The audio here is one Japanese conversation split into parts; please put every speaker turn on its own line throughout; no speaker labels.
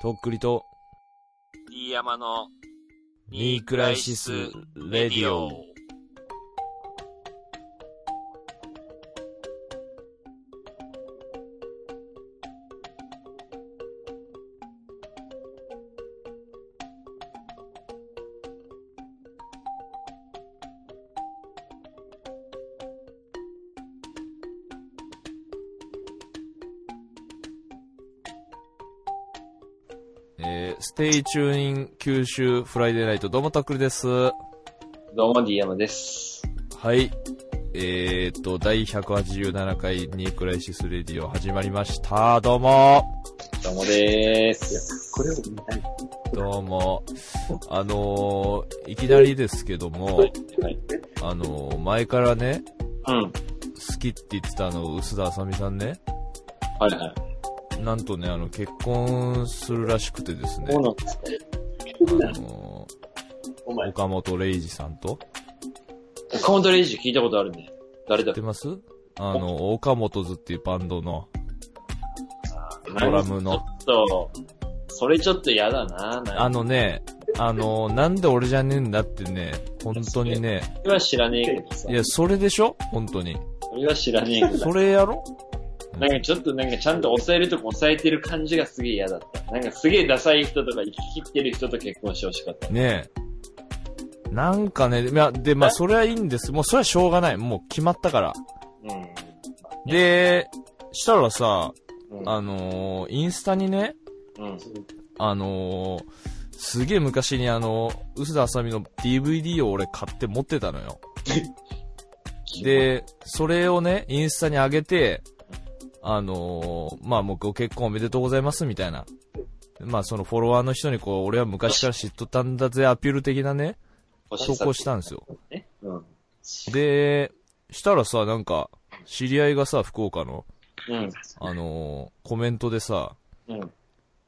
とっくりと、
飯山の
ニークライシス・レディオ。えー、ステイチューイン九州フライデーナイト、どうもたっくりです。は
どうも、飯山です。
い。えーっと、第187回ニークライシス・レディオ始まりました。どうも。
どうもでーす。これを見たい。
どうも。あのー、いきなりですけども、
はい。
あのー、前からね、
うん。
好きって言ってたあの、薄田あさみさんね、
はいはい。
なんとね、あの、結婚するらしくてですね、
そう
あ
なんですね。
の
お
ー、
前、
岡本玲二さんと、
カウントレイジ聞いたことあるね。誰だ
知ってますあの、岡本図っていうバンドの、ドラムの。
ちょっと、それちょっと嫌だな。
あのね、あの、なんで俺じゃねえんだってね、本当にね。
それは知らねえけどさ
い。や、それでしょ本当に。
それは知らねえけど。
それやろ
なんかちょっとなんかちゃんと抑えるとこ抑えてる感じがすげえ嫌だった。なんかすげえダサい人とか生き切ってる人と結婚してほしかった。
ねえ。なんかね、いや、で、まあ、それはいいんです。もう、それはしょうがない。もう、決まったから。
う
で、したらさ、
ん。うん。
あのーインスタにね、
うん。
あのーすげえ昔にあの、薄田あさみの DVD を俺買って持ってたのよ。で、それをね、インスタに上げて、あのーまあ、もうご結婚おめでとうございますみたいな。まあ、そのフォロワーの人にこう、俺は昔から知っとったんだぜアピール的なね、
欲
投
しさ
稿したんですよ。
ね。うん。
で、したらさ、なんか、知り合いがさ、福岡の、
うん。
あのーコメントでさ、
うん。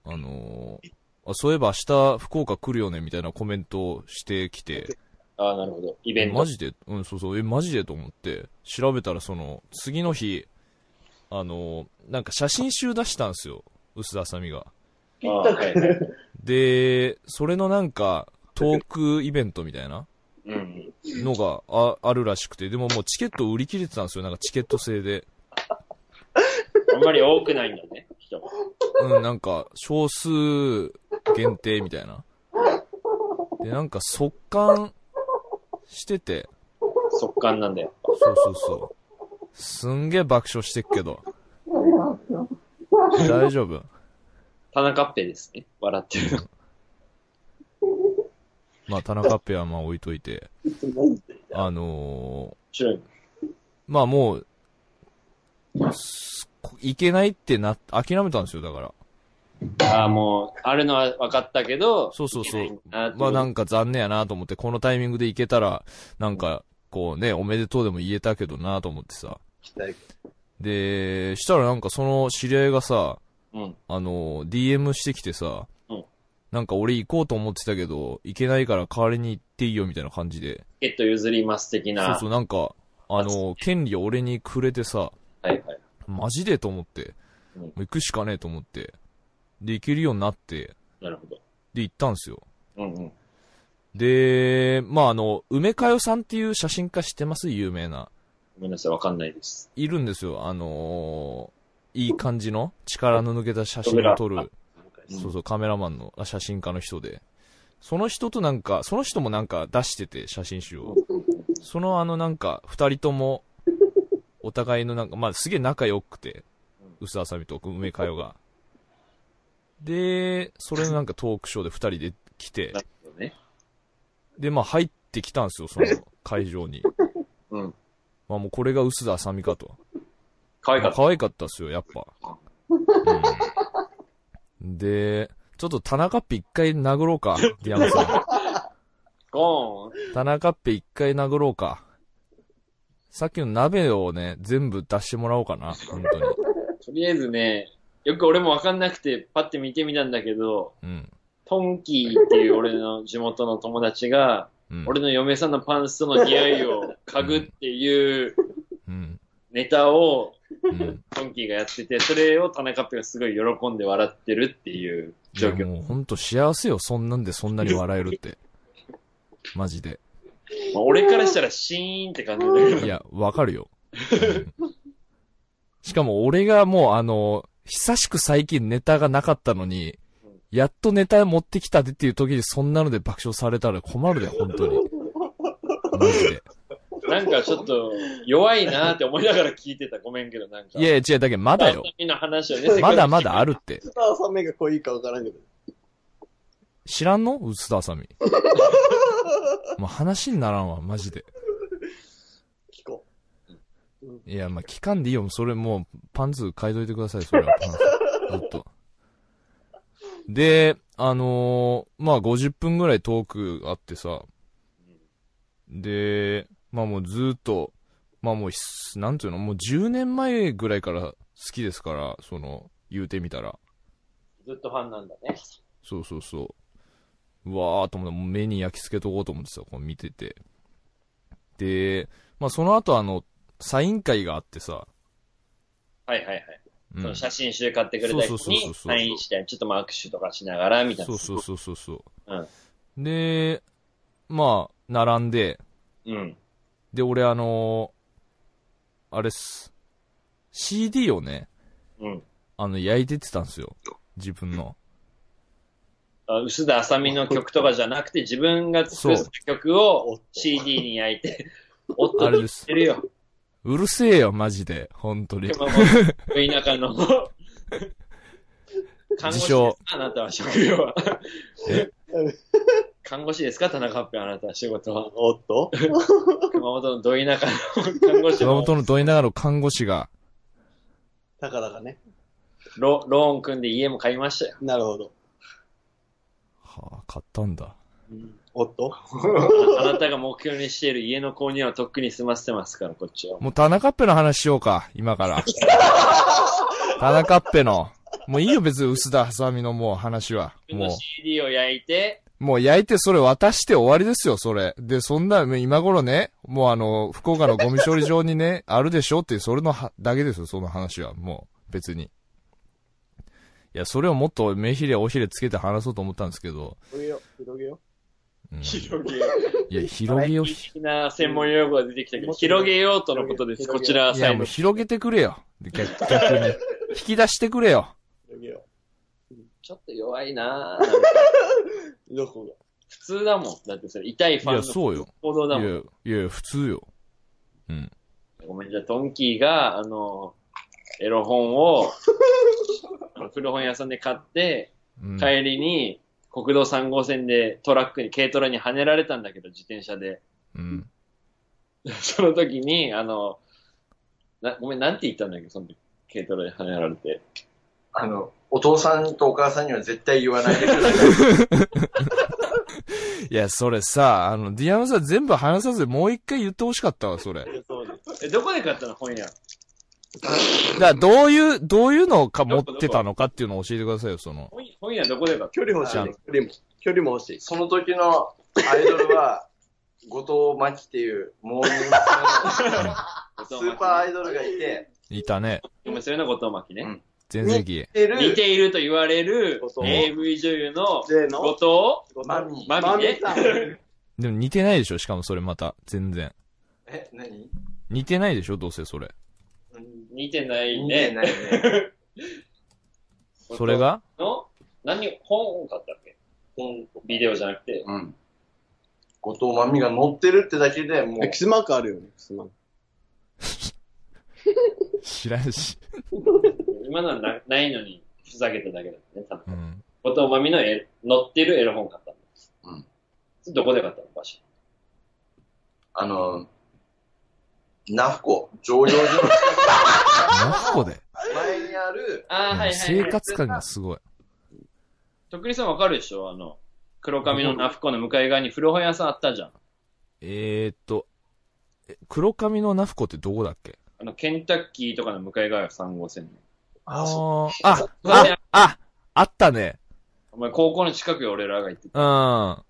あのーあそういえば明日福岡来るよねみたいなコメントをしてきて、
ああ、なるほど。イベント。
マジで、うん、そうそう、え、マジでと思って、調べたらその、次の日、あのーなんか写真集出したんですよ、薄田あさみが。
ああはいはい
で、それのなんか、トークイベントみたいな
うん。
のがああるらしくて、でももうチケット売り切れてたんですよ、なんかチケット制で。
あんまり多くないんだね、人が。
うん、なんか、少数限定みたいな。で、なんか、速乾してて、
速乾なんだよ。
そうそうそう。すんげえ爆笑してっけど。大丈夫。
田中っぺですね。笑ってるの。
まあ、田中ペアはまあ置いといて。あのー、
白い。
まあもう、すいけないってな、諦めたんですよ、だから。
ああ、もう、あるのは分かったけど、
そうそうそう
いけないんだなって
まあなんか残念やなと思って、このタイミングでいけたら、なんか、こうね、おめでとうでも言えたけどなと思ってさ。で、したらなんかその知り合いがさ、
うん。
あの、DM してきてさ、
うん
なんか俺行こうと思ってたけど、行けないから代わりに行っていいよみたいな感じで、
チケット譲ります
そ
的
う
な。
そうなんか、あの、権利を俺にくれてさ、
はいはい。
マジでと思って、
うん
もう行くしかねえと思って、で、行けるようになって、
なるほど。
で、行ったんですよ。
うんうん。
で、まあ、あの、梅かよさんっていう写真家知ってます有名な。
ごめんなさい、分かんないです。
いるんですよ。あのーいい感じの力の抜けた写真を撮
カメ
る、
うん
そうそう、カメラマンの、あ写真家の人で。その人となんか、その人もなんか出してて、写真集を。 そのあのなんか、二人とも、お互いのなんか、まあ、すげえ仲良くて、薄あさみと梅かよが。で、それのなんかトークショーで二人で来て
な、るほどね。
で、まあ入ってきたんですよ、その会場に。
うん。
まあもうこれが薄田あさみかと。
可愛かった。
可愛かったっすよ、やっぱ。うん、で、ちょっと田中っぺ一回殴ろう か、ディアムさ
ゴーン。
ん。田中っぺ一回殴ろうか。さっきの鍋をね、全部出してもらおうかな、本当に。
とりあえずね、よく俺も分かんなくて、パッて見てみたんだけど、
うん。
トンキーっていう俺の地元の友達が、
うん。
俺の嫁さんのパンストの匂いを嗅ぐっていう
うん。
ネタを
うん。
トンキーがやってて、それを田中ペがすごい喜んで笑ってるっていう
い
状
や、
況。
もうほんと幸せよ、そんなんでそんなに笑えるって。マジで。
まあ俺からしたらシーンって感じだけど
いや、わかるよ。うんしかも俺がもうあの、久しく最近ネタがなかったのに、やっとネタ持ってきたでっていう時にそんなので爆笑されたら困るで、本当に。マジで。
なんかちょっと弱いなーって思いながら聞いてた。ごめんけど、なんか。
いやいや、違う、だけどまだよ。
みんな話をね、
まだまだあるって。
スターさん目が濃いかわからんけど。
知らんのうつ田あさみ。もう話にならんわ、マジで。
聞こう。うん。
いや、まあ、聞かんでいいよ。それもう、パンツ買いといてください、それは。パンツ。ずっと。で、あのーまあ、50分ぐらいトークあってさ、で、まあもうずっと、まあもうひ、なんていうの、もう10年前ぐらいから好きですから、その、言うてみたら。
ずっとファンなんだね。
そうそうそう。うわーと思って、もう目に焼き付けとこうと思ってさ、こう見てて。で、まあその後あの、サイン会があってさ、
はいはいはい。
うん
その写真集買ってくれた人
そうそうそう
に
そう
サインして、ちょっとまあ握手とかしながら、みたい
そう
な。
そうそうそうそう、
うん
でまあ並んで
うん。
で俺あのーあれっす CD をね
うん。
あの焼いてってたんですよ自分の
あ薄田あさみの曲とかじゃなくて、自分が作った曲を CD に焼いて、 おっと
あれです
言ってるよ。
うるせえよマジで本当に
熊本、田舎の。 看護師で
自
すか
称
あなたは職業は
え。
看護師ですか田中っぺあなたは仕事は。
おっと
熊本のど田舎の看護師
熊
の
本のどいながらの看護師が
たかだかね。
ロローン組んで家も買いましたよ。
なるほど。
はあ買ったんだ
おっと
あなたが目標にしている家の購入はとっくに済ませてますから、こっちは。
もう田中っぺの話しようか今 から田中っぺのもういいよ別に薄田ハサミのもう話は
自分
もう
の CD を焼いて、
もう焼いてそれ渡して終わりですよ、それ。で、そんな、今頃ね、もうあの、福岡のゴミ処理場にね、 あるでしょっていう、それのは、だけですよ、その話は。もう、別に。いや、それをもっと目ひれ、おひれつけて話そうと思ったんですけど。
広げよう、広げよ
うん、い
広げよう。
や、広げよう。ひ
的な専門用語が出てきたけど、広げようとのことです。こちらはい最
や、も
後
う。広げてくれよ。で逆逆 に。引き出してくれよ。
う、広げよ
ちょっと弱いなぁ。なんか
う。どこが
普通だもん。だってそれ、痛い
い
ファ
や、
ンの
そうよ。
行動
い
だ
や
もん。、
いや、普通よ。うん。
ごめん、じゃあ、トンキーが、あの、エロ本 を、あの古本屋さんで買って、
うん、
帰りに、国道3号線でトラックに、軽トラにはねられたんだけど、自転車で。
うん。
その時に、あの、なごめん、なんて言ったんだっけ、その時。軽トラにはねられて。
あの、お父さんとお母さんには絶対言わな いでください。
いや、それさ、あの、ディアムさん全部話さずにもう一回言ってほしかったわ、それ。
え、どこで買ったの本屋。
だからどういう、どういうのか持ってたのかっていうのを教えてくださいよ、そ の。
本本屋どこで買っ
距離欲しいね。距離も。距離も欲しい。
その時のアイドルは、後藤真希っていう、モーニング娘。
た
のスーパーアイドルがいて、
いたね。
娘の後藤真希ね。
全盛期。
て
似
る、
ていると言われる
後、藤
AV 女優の、
せーの。
後
マミ。
マミね
マミさん。
でも似てないでしょ、しかもそれまた。全然。
え、何
似てないでしょ、どうせそれ。
藤似てない
見て
ね。
ないね。
それが
の何、本を買ったっけ
うん
ビデオじゃなく て。
うん。後藤真希が乗ってるってだけ でもう
エキ、スマークあるよね、キスマーク。
知らんし。
今のはなないのに、ふざけただけだったね、多
う
分。
ん。
後藤真希の絵載ってるエロ本買ったんです。
うん
どこで買ったの場所。
あの、ナフコ、上場所の
ナフコで。
前にある、
あ あ、はいはい、
生
はい。
活感がすごい。
とっくりさんわかるでしょあの、黒髪のナフコの向かい側に古本屋さんあったじゃん。
えーっと、え黒髪のナフコってどこだっけ
あの、ケンタッキーとかの向かい側よ、3号線の。
あ
そ
ーあ、あ、あ、あったね。
お前、高校の近くよ、俺らが行ってた。
うん。は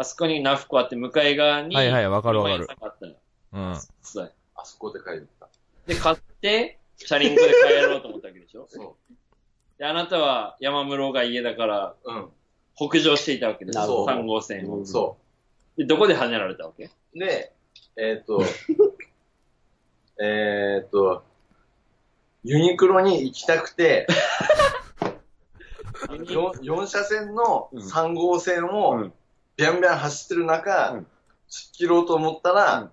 あそこにナフコあって、向かい側に、
いはい、わかるわかる
古本屋。さんがあったのよ
うん。
そうだよ
あそこで帰った。
で、買って、チャリンコで帰ろうと思ったわけでしょ。
そ
で、あなたは山室が家だから、
う。う
北上していたわけです
なるほ
よ。
ど
3号線を
ん。。そ
で、どこで跳ねられたわけ
う。で、えー っと、えーっと、ユニクロに行きたくて、4, 車線の
うん
3号線
う
を
ん
ビャンビャン走ってる中、
うん
突っ切ろうと思ったら、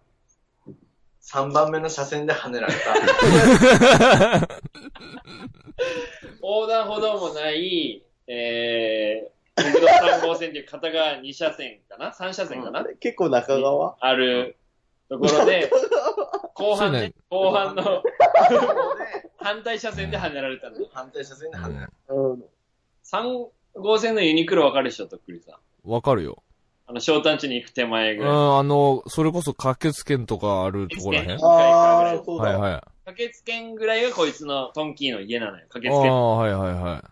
3番目の車線で跳ねら れた。
横断歩道もない、えー、国道3号線っていう片側2車線かな ?3 車線かな、
れ結構中川
あるところで、後
そ
半
うだよ
ね、後半の
で
反対車線で跳ねられたの。
反対車線で跳ねられ
うん。
3号線のユニクロわかるでしょ、とっくりさん。
わかるよ。
あの、商談地に行く手前
う
ぐらい。
ん、あの、それこそ駆けつけんとかあるとこらへん
駆
ああ、そう
はい
だ。
はい。あ
駆けつけんぐらいがこいつのトンキーの家なのよ。
あ
駆けつけん。
ー、はいはいは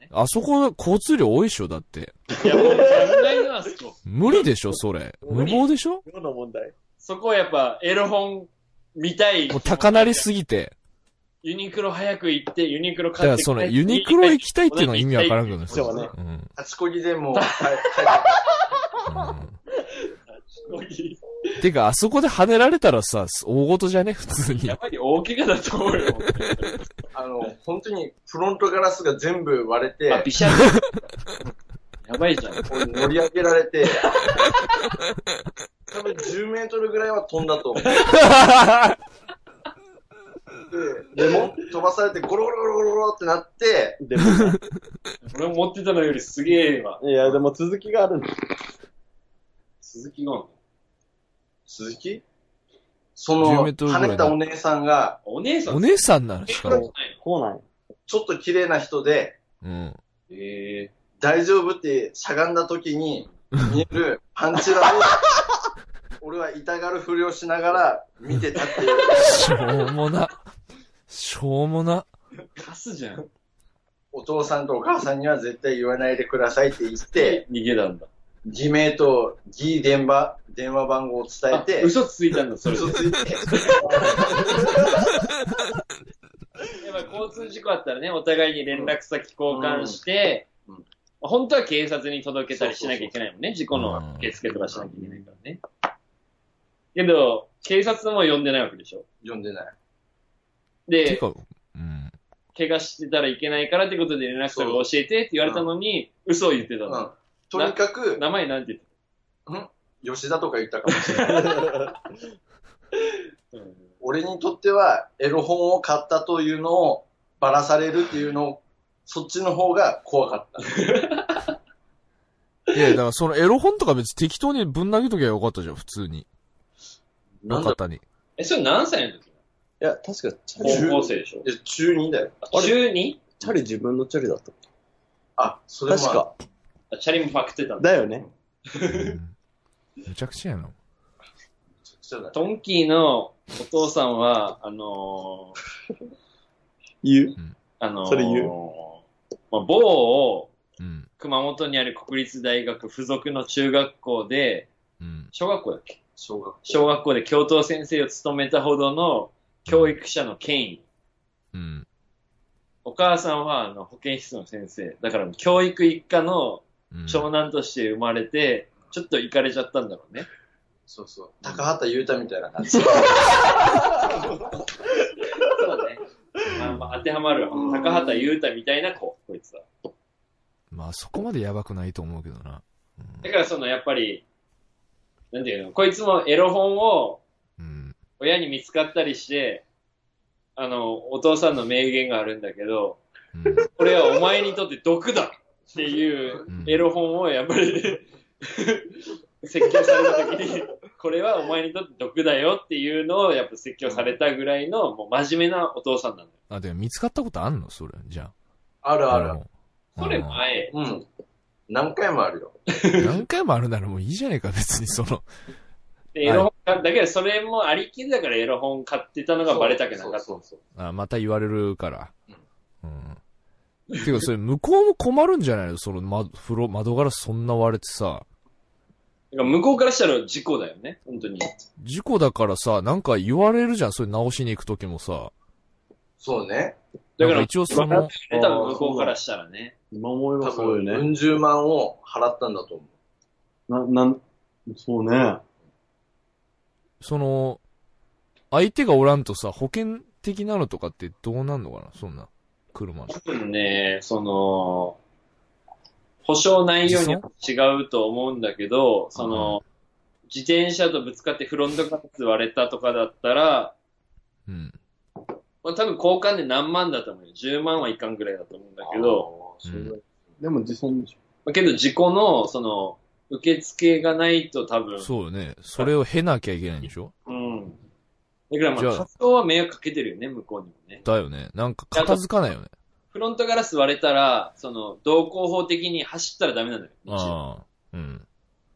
い。あそこ、交通量多いっしょ、だって。
いや、もう考えますよ。
無理でしょ、それ。無謀でしょ
量の問題。
そこはやっぱ、エロ本見たい。
もう高鳴りすぎて。
ユニクロ早く行って、ユニクロ
だか
買っ
ら
て。
その、ユニクロ行きたいっていうのは意味わからん
け
け
ど。
どね。
そうね。
うん。うん
た。立ちこぎで もう、はい
てか、あそこで跳ねられたらさ、大事じゃね普通に
や。ばい、大怪我だと思うよ。
あの、本当にフロントガラスが全部割れて、
あ、びしゃり。やばいじゃん。
こう乗り上げられて、 多分10メートルぐらいは飛んだと思う。で、でも飛ばされてゴロゴロゴロゴロってなって、
でも、
俺持ってたのよりすげえわ。
いや、でも続きがあるんだ。
鈴木ゴン。
鈴木そ
10
の、
メートルぐらい
跳ねたお姉さんが、
お姉さん。
お姉さんなの
え
し
そ
か
うじゃ
も。
ないの
こうなんや
ちょっと綺麗な人で、
うん。
え
大丈夫ってしゃがんだ時に見えるパンチ ラを、俺は痛がるふりをしながら見てたっていう。
しょうもな。しょうもな。
ー、カスじゃん。
お父さんとお母さんには絶対言わないでくださいって言って、
で、逃げたんだ。
偽名と偽電話、電話番号を伝え
あ
て、
嘘ついたんだ、それで。
嘘ついて、
やっぱり交通事故あったらね、お互いに連絡先交換して、
うんうん
本当は警察に届けたりしなきゃいけないもんね。事故
うん
の受付とかしなきゃいけないからね。けど、警察も呼んでないわけでしょ。
呼んでない。
て
で、
か、うん。
怪我してたらいけないからってことで連絡先を教えてって言われたのに、嘘を言ってた
うん
の。。
とにかく、
名前なんて言って
吉田とか言ったかもしれない。
たの
俺にとっては、エロ本を買ったというのをばらされるっていうのを、そっちの方が怖かった。
いや、だからそのエロ本とか別に適当にぶん投げときゃよかったじゃん、普通に。
なんだ
方に。
え、それ何歳の時
いや、確か、チャリ、
高校生でしょ
え、中2だよ。
中 2?
チャリ自分のチャリだった。
あ、それも
確か。
あチャリもパクってたんだ。
だよね。
うんむちゃくちゃやな。
そうだ。
トンキーのお父さんは、あのー、
言う。
あのー、
それ言
まあ、某を
うん。
熊本にある国立大学附属の中学校で、
うん。
小学校だっけ
小学校。
小学校で教頭先生を務めたほどの教育者の権威。
うん。
お母さんはあの保健室の先生。だから教育一家の
うん
長男として生まれて、ちょっと行かれちゃったんだろうね。
そうそう。高畑優太みたいな感じ。
そうね。まあまあ当てはまるわ。高畑優太みたいな子、こいつは。
まあそこまでやばくないと思うけどな。
だからそのやっぱり、なんていうの、こいつもエロ本を
うん。
親に見つかったりして、あの、お父さんの名言があるんだけど、
うん。
これはお前にとって毒だっていう
うん
エロ本をやっぱり説教された時に、これはお前にとって毒だよっていうのをやっぱ説教されたぐらいのもう真面目なお父さんなんだよ。
あ、でも見つかったことあんのそれ。じゃ
ある
あ。
ある。
もう
それ前、
うん。何回もあるよ。
うん何回もあるならもういいじゃねえか、別にその。
でエロ本買っだけどそれもありきりだからエロ本買ってたのがバレたくなかった。
そうそうそう
あ、また言われるから。うん。てか、それ、向こうも困るんじゃないのその、ま、風呂、窓ガラスそんな割れてさ。
だから向こうからしたら事故だよね、本当に。
事故だからさ、なんか言われるじゃん、それ直しに行くときもさ。
そうね。
な
だか
ん
ら、
一応その、
出た向こうからしたらね。
今思え
多
ばそう
分、
よね。
うん十万を払ったんだと思う。
な、なん、そうね。
その、相手がおらんとさ、保険的なのとかってどうなんのかなそんな、車の。
多分ね、その、保証内容によって違うと思うんだけど、その、自転車とぶつかってフロントガラス割れたとかだったら、
うん。
まあ、多分交換で何万だと思うよ。10万はいかんぐらいだと思うんだけど、
う
あー、
ん
そう
でも自損でし
まあ、けど事故の、その、受付がないと多分、
そうよね。それを経なきゃいけないんでしょ
うん。だから
じ
ま
ゃ
あ、
あ
活動は迷惑かけてるよね、向こうにもね。
だよね。なんか片付かないよね。
フロントガラス割れたら、その、同行法的に走ったらダメなんだよ。道
ああ。うん。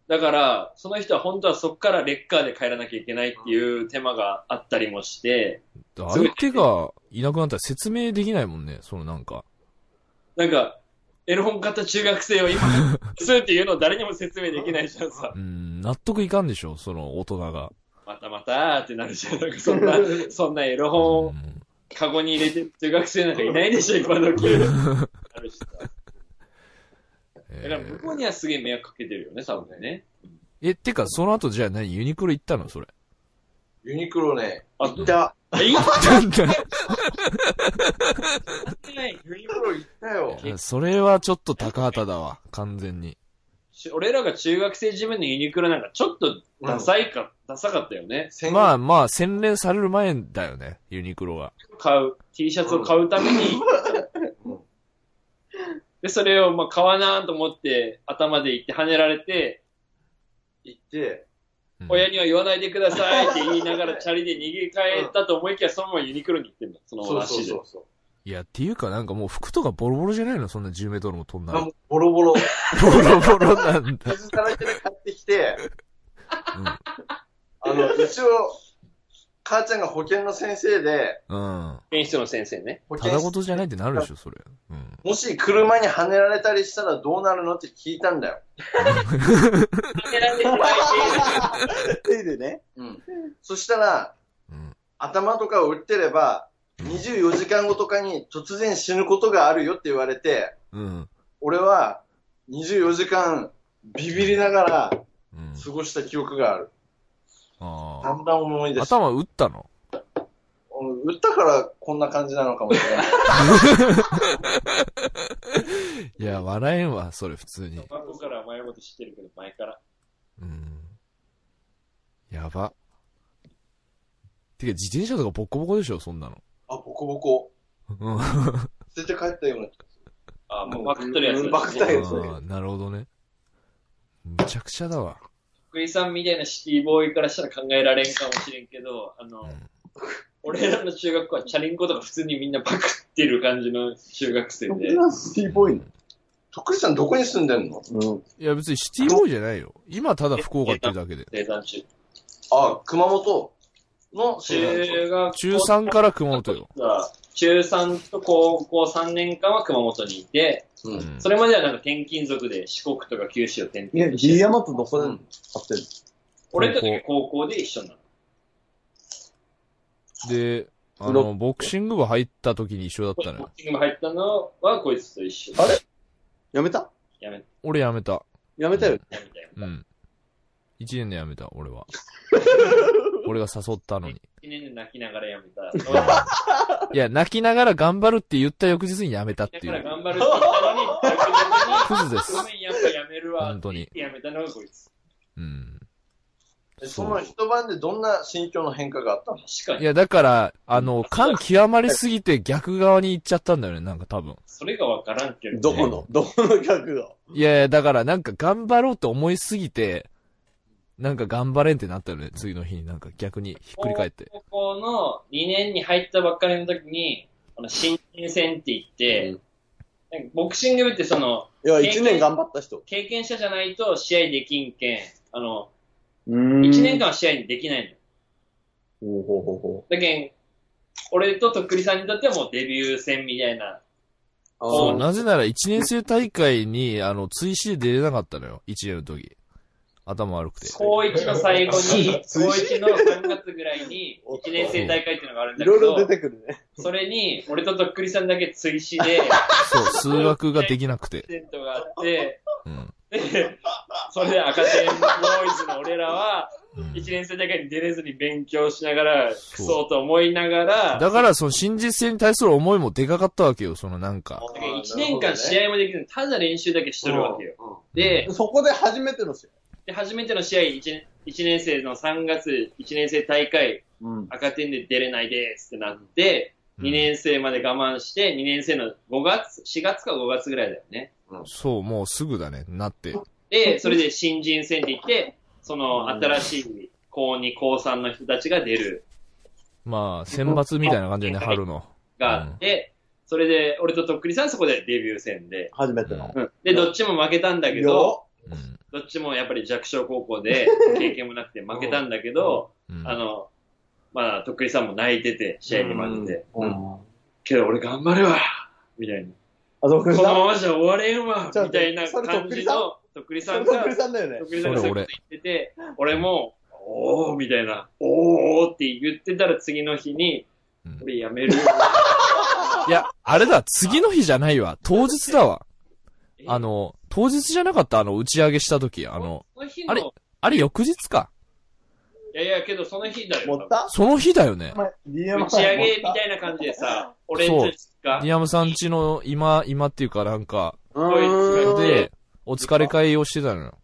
だから、その人は本当はそこからレッカーで帰らなきゃいけないっていう手間があったりもして、
相手がいなくなったら説明できないもんね。そのなんか。
なんか、エロ本買った中学生を今、するっていうのを誰にも説明できないじゃんさ
う。ん、納得いかんでしょその大人が。
またまたーってなるじゃん。なんかそんな、そんなエロ本を
うん
カゴに入れてる中学生なんかいないでしょ、今時。あるしさだから
え
向こうにはすげえ迷惑かけてるよね、多分ね。
ーえ、てか、その後じゃあ何ユニクロ行ったのそ れ。
ユニクロね、
あ
行った。
え、いいこ
なんだ
とない。ユニ
ユニクロ行ったよ。
いやそれはちょっと高畑だわ。完全に。
俺らが中学生自分のユニクロなんかちょっとダサいか、ダサかったよね。
千
まあまあ、洗練される前だよね。ユニクロは。
買う、T シャツを買うために
うん、
で、それをまあ買わなーと思って頭で行って跳ねられて、
行って、
うん
親には言わないでくださいって言いながらチャリで逃げ帰ったと思いきやそのままユニクロに行ってんだ、その
そうそう
足で
そ。うそう。
いや、っていうかなんかもう服とかボロボロじゃないのそんな10メートルも飛んだ
あも
ら。
うボロボロ、
ボロボロなんだ。
傷だらけで買ってきて、
うん
あの、一応、母ちゃんが保健の先生で、
うん。
演出の先生ね。
保
た
健
だごとじゃないってなるでしょ、それ。うん。
もし車にはねられたりしたらどうなるのって聞いたんだよ。
跳ねられてない
ょ。いでね。
うん。そしたら、
うん。
頭とかを打ってれば、24時間後とかに突然死ぬことがあるよって言われて、
うん。
俺は24時間ビビりながら
うん。
過ごした記憶がある。
あ
だんだん思い
あ。
出した。
頭打ったの
うん打ったからこんな感じなのかもしれない。
いや、笑えんわ、それ、普通に。
過去から前もと知ってるけど、前から。
うん。やば。てか、自転車とかボッコボコでしょ、そんなの。
あ、ボコボコ。
うん。あ
捨てて帰ったような。
あ、もうバクっとるやつだ、
うんバクったやつ
あ、なるほどね。むちゃくちゃだわ。
福井さんみたいなシティボーイからしたら考えられんかもしれんけど、あの、
うん
俺らの中学校はチャリンコとか普通にみんなパクってる感じの中学生
僕
で、
がシティボーイね。
とっくりさんどこに住んでんの
うん。
いや、別にシティボーイじゃないよ。今、ただ福岡行ってるだけで。
生産中。
あ、熊本の
中学校
中3から熊本よ。
は、中3と高校3年間は熊本にいて、
う。
うんん。
それまではなんか転勤族で四国とか九州を転
いや、
々とし
D
て、
ヤマとどこで合ってる
俺と高校で一緒になの。
で、あの、ボクシング部入った時に一緒だったの
ボ
よ
ク。シング部入ったのはこいつと一緒
あれやめた
やめた
俺辞めた。
やめたよ。
やめたやめ
う
た。
ん。一年で辞めた、俺 は。俺が誘ったのに。
1年で泣きながらやめた。
いや、泣きながら頑張るって言った翌日に辞めたって
だ
い
から
う。
頑張るって言 ったの
クズ
に、
です
ご。めん、やっぱやめるわ。
本当に。
やめたのがこいつ。
うん。
えその一晩でどんな心境の変化があったの
確か
い
に。
や、だから、あの、感極まりすぎて逆側に行っちゃったんだよね、なんか多分。
それがわからんけど。
どこの、どこの角度
いやいや、だからなんか頑張ろうと思いすぎて、なんか頑張れんってなったよね、次の日になんか逆にひっくり返って。
高校の2年に入ったばっかりの時に、あの、新人戦って言って、なんかボクシング部ってその、
いや、一年頑張った人。
経験者じゃないと試合できんけん、あの、
うーん
1年間は試合にできないの。
ほうほうほうほ
だけん、俺ととっくりさんにとってはもうデビュー戦みたいな。
う。
そう、
あ
なぜなら一年生大会に、あの、追試で出れなかったのよ、一年の時。頭悪くて。
高1の最後に、
水
高1の3月ぐらい に、1年生大会っていうのがあるん
い
だけ
ろいろ出
ど、
てくるね。
それに、俺ととっくりさんだけ追試で、
そう、数学ができなくて。
テントがあって、
うん。
で、それで赤点ボーイズの俺らは、
うん
1年生大会に出れずに勉強しながら、ク
そう
ソと思いながら、
だから、その真実性に対する思いもでかかったわけよ、そのなんか。
1年間試合もできずに、ただ練習だけしとるわけよ。
よ。
で、
そこで初めての試合。
で初めての試合1年、1年生の3月1年生大会、
うん。
赤点で出れないですってなって、
うん
2年生まで我慢して、2年生の5月、4月か5月ぐらいだよね。
そう、もうすぐだね、なって。
で、それで新人戦って言って、その
うん
新しい高2、高3の人たちが出る
まあ、選抜みたいな感じでね、春の。
があって、それで、俺ととっくりさんそこでデビュー戦で。
初めての。
うんで、どっちも負けたんだけど、
よ
うん。
どっちもやっぱり弱小高校 で経験もなくて負けたんだけど、
うん
あの、まあ、とっくりさんも泣いてて、試合に負けて。
う
うん
ん。
けど俺頑張るわみたいな。
あ、そっくり
この
さん
ままじゃ終われんわ
ちょっと
みたいな感じの、とっくりさ
そ
ん
れそ
が
っ、くりさんだよね
とっ。くりさんが
そ
そう
れ
い
俺
うこと言ってて、俺も、おーみたいな、おーって言ってたら次の日に
うん、
俺やめる。
いや、あれだ、次の日じゃないわ。当日だわ。
え
あ、の、当日じゃなかった、あの、打ち上げした時。あの、
その日
あれ
の、
あれ翌日か。
いやいや、けどその日だよ。
持った
その日だよね
お。前、DM
打ち上げみたいな感じでさ、俺たちが
デ、ィアムさんちの今、今っていうかなんか、
う
で、お疲れ会をしてたのよ。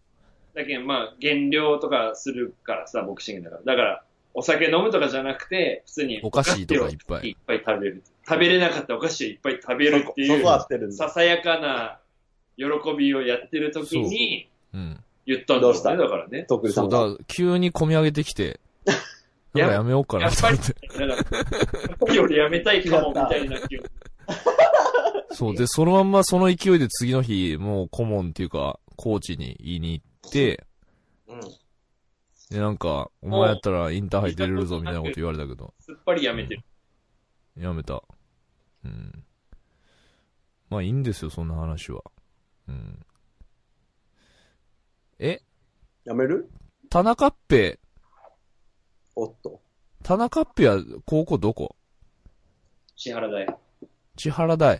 だけどまあ、減量とかするからさ、ボクシングだから。だから、お酒飲むとかじゃなくて、普通に
お菓子とかいっぱ
い
い。
っぱい食べる。食べれなかったお菓子をいっぱい食べるってい
そうこ、合ってるんだ。
ささやかな喜びをやってる時に
うん。
言ったんだ
ど
よ
うした
ね、だからね。
そっくりさ
そ
ん
う、
が
だから、急に込み上げてき て、
い
な
や
んかやめようか
や
な
っ
と
ぱ
思っ
り、だ
て。
からやっぱり俺やめたいかも、みたいな気分
そう、で、そのまんまその勢いで次の日、もう顧問っていうか、コーチに言いに行って、
うん。
で、なんか、お前やったらインターハイ出れるぞみたいなこと言われたけど、
すっぱりやめてる。
やめた。うん。まあいいんですよ、そんな話は。うん。え、
やめる
田中っぺ、
おっと。
田中っぺは高校どこ
支払代。
千原大。
あ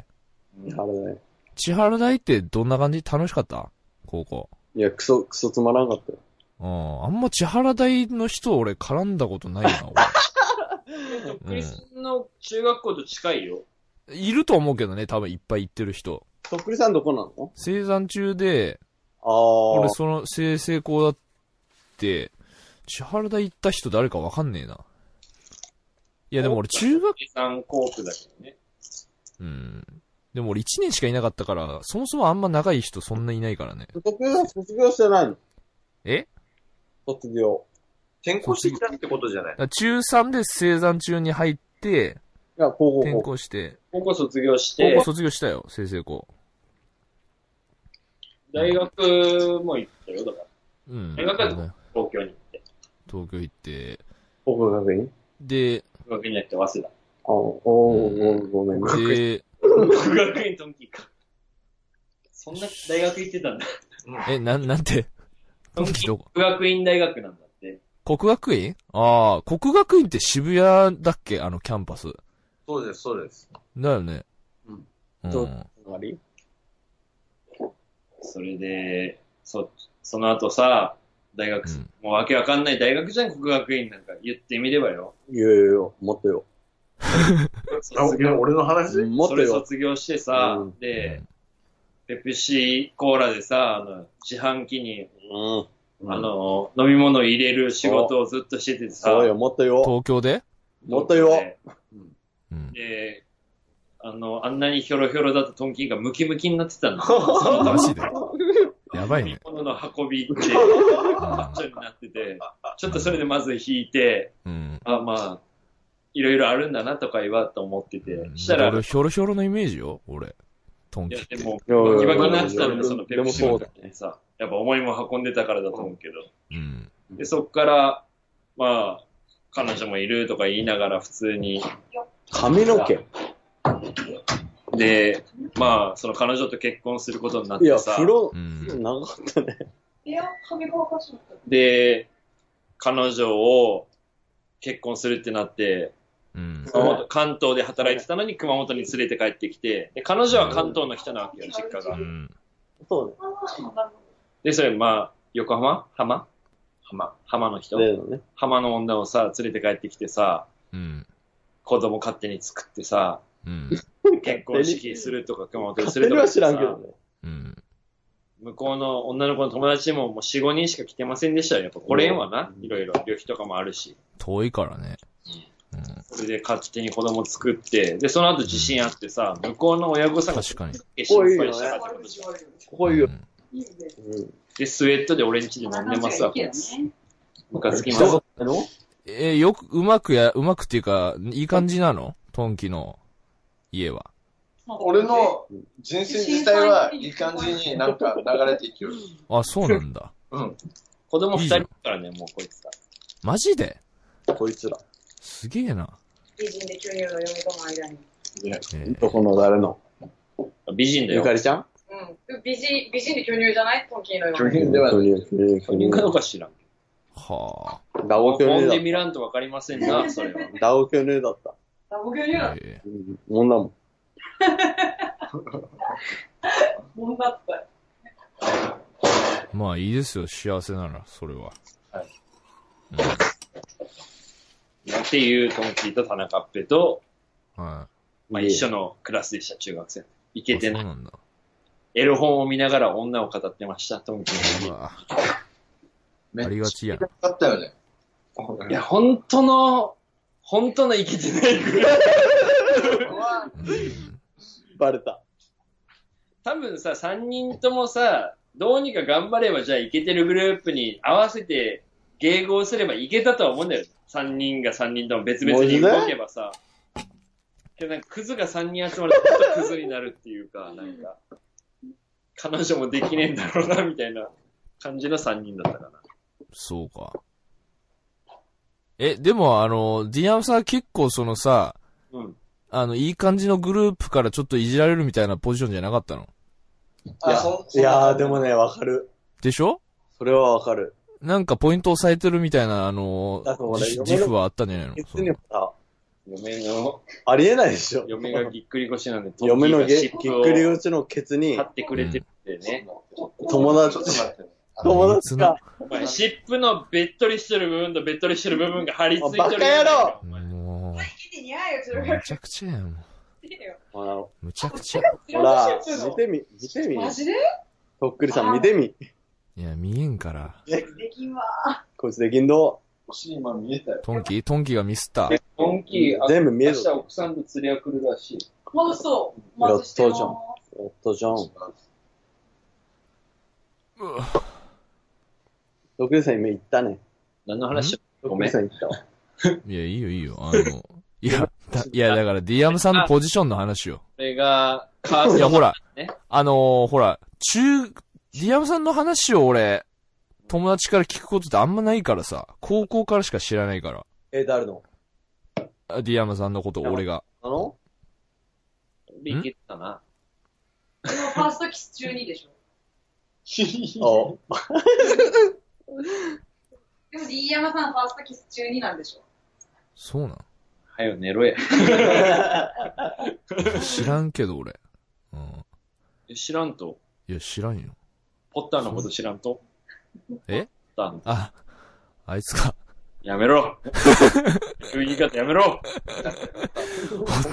れだね。
千原大ってどんな感じ楽しかった高校。
いや、クソ、クソつまらんかったよ。
うん。あんま千原大の人俺絡んだことないな、
とっくりさんの中学校と近いよ。
俺。いると思うけどね、多分いっぱい行ってる人。
そっくりさんどこなの
生産中で、
ああ。
俺その、生成校だって、千原田行った人誰かわかんねえな。いやでも俺中学、
計算校区だけどね。
うん。でも俺1年しかいなかったから、そもそもあんま長い人そんないないからね。
そっくりさん卒業してないの
え
卒業。
転校してきたってことじゃない
だから中3で生産中に入って、
いや、高校
転
高校。
校して、
高校卒業し
高
て
校、卒業したよ、生成校。
大学も行ったよ、だから。
うん。
大学だった東京に行って。
東京行って、
高校学院
で、
福学院じゃなくて、早稲田。
あおおーごめん。
で、
福学院トンキーか。そんな大学行ってたんだ。
え、なん、なんて、
トンキ
どこ
福学院大学なんだって。
国学院ああ、国学院って渋谷だっけあのキャンパス。
そうです、そうです。
だよね。
うん。
う。
そうんつまり
それで、そ、その後さ、大学、
うん
もうわけわかんない大学じゃん、国学院なんか言ってみればよ。
いやいやいや、もっとよ。
あ
卒業、
俺の話
もっ
そ
と
れ
よ。
卒業してさ、
うん
で、ペプシコーラでさ、あの、自販機に、
うん。
あの、飲み物入れる仕事をずっとしててさ、
そうよ、もっとよ。
東京で
もっとよ。
うん。
で、あの、あんなにひょろひょろだったトンキンがムキムキになってたの。
マジで。やばいね。
物の運 びって、マッチョになってて、ちょっとそれでまず引いて、
うん。
あまあ、いろいろあるんだなとか言わと思ってて、したら、
俺、ひょろひょろのイメージよ、俺。トン
い
キ
や
っ
で
て。
い
も、
やいや
バキバキになってたの
で
で、
も
そのペプシ
でも
の
そうだね
さ、やっぱ重いもん運んでたからだと思うけど、
うん。
で、そっから、まあ、彼女もいるとか言いながら普通に、
髪の毛。
で、まあ、その彼女と結婚することになっ
いや、
てさ
風、呂
う、ん。
長かったね。
삐요? 소비가 허가스럽다.
で、彼女を結婚するってなって、
うん。
熊本関東で働いてたのに熊本に連れて帰ってきて、で彼女は関東の人なわけよ、実家
う
が。
ん。
そうね。
하나씩 만나는 거.
で、それまあ、横浜浜浜浜の人、
例のね。
浜の女をさ、連れて帰ってきてさ、
うん。
子供勝手に作ってさ、
うん。
結婚式するとか熊本にす
勝
る
手
と
には
か
知らんけどね。
うん。
向こうの女の子の友達ももう4、5人しか来てませんでしたよ。やっぱ来れんわな
う。ん
いろいろ。旅費とかもあるし。
遠いからね。うん。
それで勝手に子供作って、で、その後地震あってさ、向こうの親御さんが
確かに。
心配したから
아,
ってこと
바로
じゃん
지워요.
こういう
う。ん
이 이제
うん。
で、スウェットで俺ん家で飲んでますわ、こいつ。
이렇게
ムカつきま
人
す
が。あの
えーよく、うまくや、うまくっていうか、いい感じなのトンキの家は。
俺の人生自体はいい感じになんか流れていきよる。
あ、そうなんだ。
うん。
子供二人だからね、もうこいつが。
マジで
こいつら。
すげえな。
이진대 교회로 영동 아이라니.
えー
どこの誰の
美人だ
ゆ
よ
か。りちゃん
응. 그 미지 미진이 교류잖아요. 통기노
巨
영.
人ではない。
巨人
巨人かどうか知らん。
は
ダオ巨
ほんで
乳
見らんとわかりませんな、それは。
だ。ダオ巨乳だった。
あ
나목요일이라 。
え
うん。もんだもん。
못 났다.
ーまあいいですよ、幸せなら、それは。
はい
うん。
なんていうトンキーと田中っぺと、
は
まあ
いえ
一緒のクラスでした、中学生。い
い。
けて
あ
な
そうな
い。
んだ。
エロ本を見ながら女を語ってました、トンキ
う
ーに。
わ
め
あり
っ
がちやん
ちゃ。かったよね。
いや、本当の、本当のいけてないぐらい。
うん。
バレた。
多分さ、3人ともさ、どうにか頑張れば、じゃあ、イケてるグループに合わせて、迎合すればいけたとは思うんだよ。3人が3人とも別々に動けばさ。けどなんか、クズが3人集まると、ほんとクズになるっていうか、なんか、彼女もできねえんだろうな、みたいな感じの3人だったかな。
そうか。え、でもあの、ディアムさん結構そのさ、
うん。
あの、いい感じのグループからちょっといじられるみたいなポジションじゃなかったの
い
あ、
や
そ、
いやーでもね、わかる。
でしょ
それはわかる。
なんかポイント押さえてるみたいな、あの
だから、俺
自自負はあったんじゃないの
別
そ
に
の
さ、
嫁の、
ありえないでしょ。
嫁がぎっくり腰なんで、
嫁のげぎっ
トッキーが
くり
尻尾を
腰のケツに
張、ってくれてるんでね。
友
ちょっと
達、
待って。
友達が、
お前、湿布のべっとりしてる部分とべっとりしてる部分が張り付いてる。
バカ野郎
お前
も
이진이야
う、
요즘.
むちゃくちゃやん。
ほ
むちゃくちゃ。
ら、見てみ、見てみ、
마지래?
とっくりさん見てみ、
いや、見えんから。
내기와
こいつできんど、
お尻今見えたよ。
トンキトンキがミスった。
本気、あ
全部見え
明
る
日。奥さんと釣りは来るらしい。
맞았어.
야,
맞았어.
도전.おっと、ジョン。とっくりさん今行ったね。
何の話
とっくりさん行ったわ。
いや、いいよ、いいよ。あの、いや、だいや、だから、ディアムさんのポジションの話よ。
これが、カー
いや、ほら
ね、
あのーほら、中、ディアムさんの話を俺、友達から聞くことってあんまないからさ、高校からしか知らないから
え、誰の
あ、ディアムさんのこと、俺が。
あの
で行けてたな。
이거 파스타 키스 준이 되죠.
お、
그럼 이야마산 파스타 키스 준이 난 되죠.
そうなん
はよ寝ろや。
知らんけど、俺。うん。
知らんと。
いや、知らんよ。
ポッターのこと知らんと。
え
ポッターの
あ、あいつか、
や めろ言い方やめろ
ホッ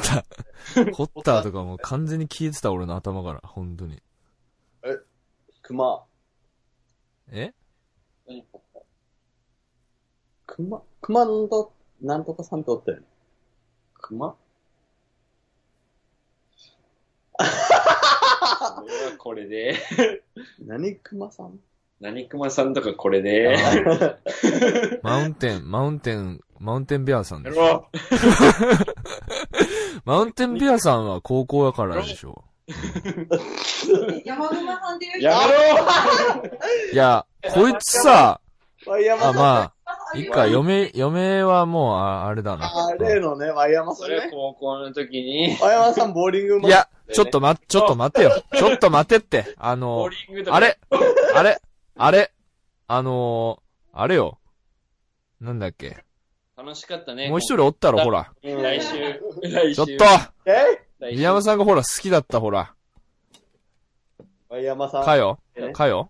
ター、ホッターとかもう完全に消えてた、俺の頭から、本当に。
熊。
え
熊、熊のと、なんとかさんっておったよね。
熊これはこれで。
何熊さん
何熊さんとかこれで。
マウンテン、マウンテン、マウンテンベアさんで
やめ
しょ。
ろ
マウンテンベアさんは高校やからでしょ。
야마구마산 대요.
やめろ
いや、こいつさ、
ワイヤ
あ、
マさん。
まあ、いっか、嫁、嫁はもう、ああれだな。
あ、例のね、ワイヤマさ
そ
ん
れは
ね。
高校の時に、
ワイヤマさんボーリングうま
いや、ちょっとま、ちょっと待ってよ。ちょっと待ってって。あ
ボー
の、
リングとか
あれあれあれあのー、あれよ。なんだっけ。
楽しかったね。
もう一人おったろ、ほら。
来週。来週。
ちょっと
え
来週
宮山さんがほら好きだった、ほら。
前山さん。
かよ
え。
かよ。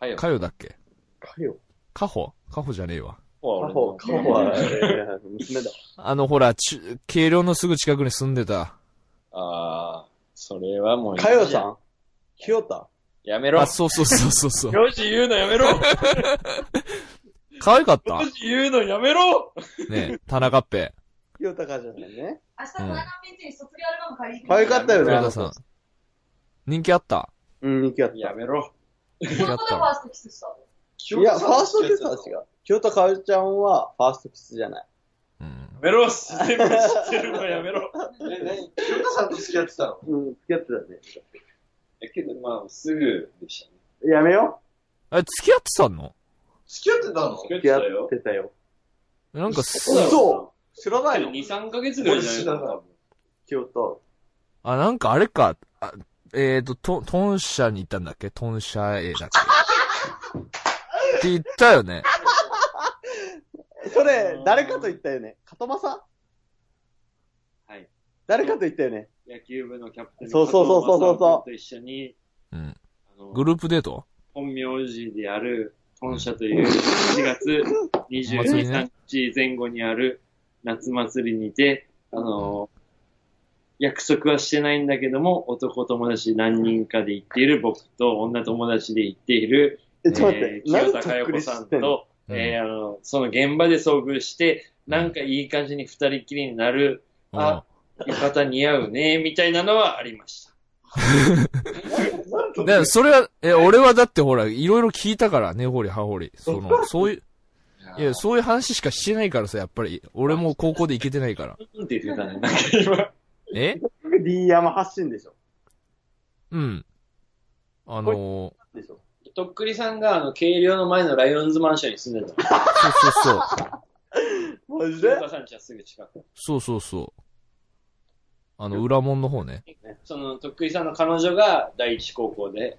はいよ。
かよだっけ。
かよ。
かほかほじゃねえわ。
かほ、かほは、えー 娘だ。
あの、ほら、ち軽量のすぐ近くに住んでた。
ああ、それはもう。
かよさんひよた
やめろ
あ、。そうそうそうそうそう。
よし、言うのやめろ。よ
可愛かった。
し、言うのやめろ。
ねえ田中っぺ。
ひよたかじゃないね。
明日、田中ペンチに卒業アルバム借りに行く
可愛かったよね。
上田さん。人気あった。
うん、人気あった。
やめろ。
そこでファーストキスしたの。
いや、ファーストキスは違う。清田かおりちゃんは、ファーストキスじゃない。
うん。
やめろ。全部知ってるのやめろ。
え、何清田さんと付き合ってたの
うん、付き合ってた
だけど、まあ、すぐでしたね。
ね。やめよ
あれ、付き合ってたの
付き合ってたの
う。付き合ってたよ。
なんかす、
そうだよ
嘘知らないの
?2、3ヶ月ぐらいじゃない
俺知らな
の
清田。
あ、なんかあれか。あえっ、ー、と、と、トン社に行ったんだっけトン社へだっけって言ったよね。
それ、誰かと言ったよね。かとまさん
はい。
誰かと言ったよね。
野球部のキャプテン
そうそうそうそうそう
加藤正夫君と一緒に、
うん。
あの
グループデート
本名字である、本社という4月23日前後にある夏祭りにて、あの、約束はしてないんだけども、男友達何人かで行っている僕と女友達で行っている、
え、ちょっと待って
え。ー
何
清
で
田
そ
か
っ
よ
く
こ
り知
さん
ってんの
と、えーあの、その現場で遭遇して、なんかいい感じに二人きりになる、
うん。
あ浴衣似合うね、みたいなのはありました。
だからそれは、え、俺はだってほら、いろいろ聞いたから、根掘り葉掘り。その、そういう、いや、そういう話しかしてないからさ、やっぱり。俺も高校で行けてないから。
うんって言ってたね、なんか今。
え
D 山発信でしょ。
うん。あのー、
でしょ。
とっくりさんが、あの、軽量の前のライオンズマンションに住んでたの。
そうそうそう。
マジで
お母さんちはすぐ近く。
そうそうそう。あの、裏門の方ね。
その、とっくりさんの彼女が第一高校で。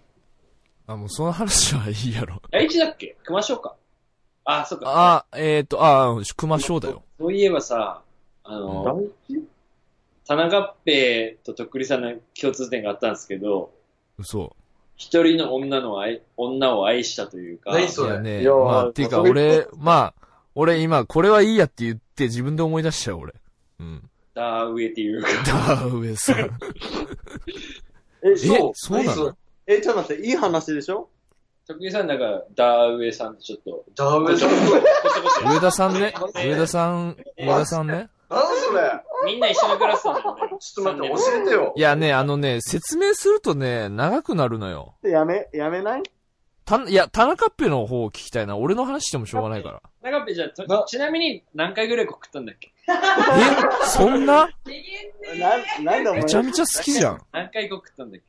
あ、もうその話はいいやろ。
第一だっけ熊翔か。あ、そっか。
あ、えっ、ー、と、あ、熊翔だよ。
そういえばさ、あの、田中っぺととっくりさんの共通点があったんですけど、
嘘。
一人の女の愛、女を愛したというか、
何
い
それ
やね、
いやー
まあ、ていうか
それ
俺、まあ、俺今、これはいいやって言って自分で思い出しちゃう、俺。うん。
ダーウェイっていうか、
ダーウェイさん。
え、
え
そう、。
そうな
何それ
の
え、ちょっと待って、いい話でしょ
とっくりさんだから、ダーウェイさんとちょっと、
ダメだ。
こそこそ
上田さんね。上田さん、上田さんね。
何それ
みんな一緒のクラスなんだよね。
ちょっと待って、教えてよ
い。やね、あのね、説明するとね、長くなるのよ。
やめ、やめない
た、いや、田中っぺの方を聞きたいな。俺の話してもしょうがないから。
田中っぺじゃあと
な
ちなみに何回ぐらい告ったんだっけ
えそんな
めげんね
な、なんでお前
めちゃめちゃ好きじゃん。
何回告ったんだっけ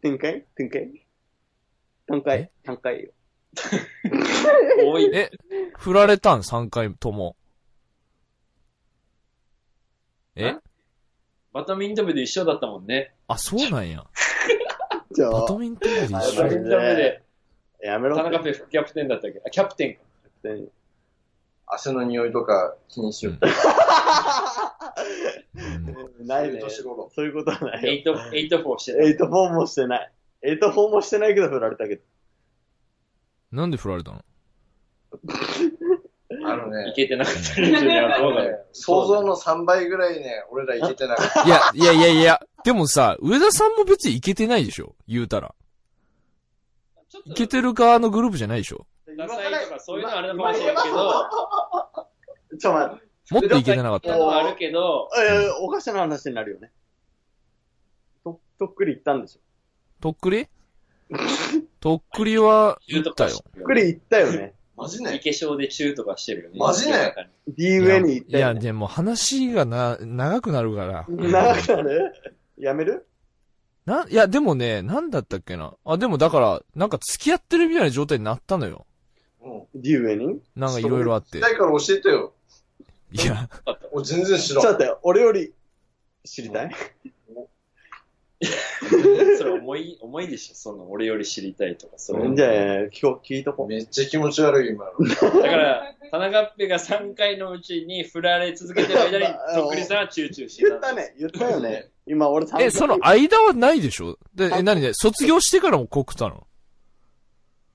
展開展開展開展開よ。
多い。
え、振られたん ?3 回とも。え
バドミントン部で一緒だったもんね。
あ、そうなんや。
じゃ
バ
あ
ド、ミントン部で
あ
一
バ
緒
ドミントン部
やばいね
で、
や
田
めろっ
中ペフキャプテンだったっけあ、キャプテンか。
て。
汗の匂いとか気にしよう。
うん
ない
そうう
ね。
年
そ
頃。
ういうことはないよ。
エイト、エイトフォーしてた。
8-4もしてない。8-4もしてないけど振られたけど。
なんで振られたの
あのね
い、けてなかったね。ジュニアの方が
想像の3倍ぐらいね、俺らいけてなかった。
いや、いやいやいや、でもさ、上田さんも別にイケてないでしょ言うたら。
ちょっ
イ
と
ケてる側のグループじゃないでしょ
ダサいとかそういうのあれだかもしれんけど、
ちょ、待って。
もっとイケてなかっ
そう
た
いう。のあるけど、
えーおかしな話になるよね。と、とっくり行ったんでしょ。
とっくりとっくりは、
中
言
と
った
か
よ
し。て
と
る
っくり行ったよね。
マジ
イ
ね
ケショーで中とかしてるよね。
マジね
ね
D 上に行っ
い
たよ
や、
ね。
でも話がな、長くなるから。
長くなるやめる
な、いや、でもね、なんだったっけな。あ、でもだから、なんか付き合ってるみたいな状態になったのよ。
うん。
?D 上に
なんかいろいろあって
だ。から教えてよ。
いや、
俺全然知
ちょ
ら
っと
ん。
待って、俺より知りたい
それ重い、重いでしょ、その、俺より知りたいとか、それ。
うん
じゃあ、今日聞いとこう。
めっちゃ気持ち悪い、今の。
だから、田中っぺが3回のうちに振られ続けてる間に、とっくりさんはチューチューして
言
た
っ
んだ。
たね、言ったよね。今俺3
え、その間はないでしょで、え、何で卒業してからも告ったの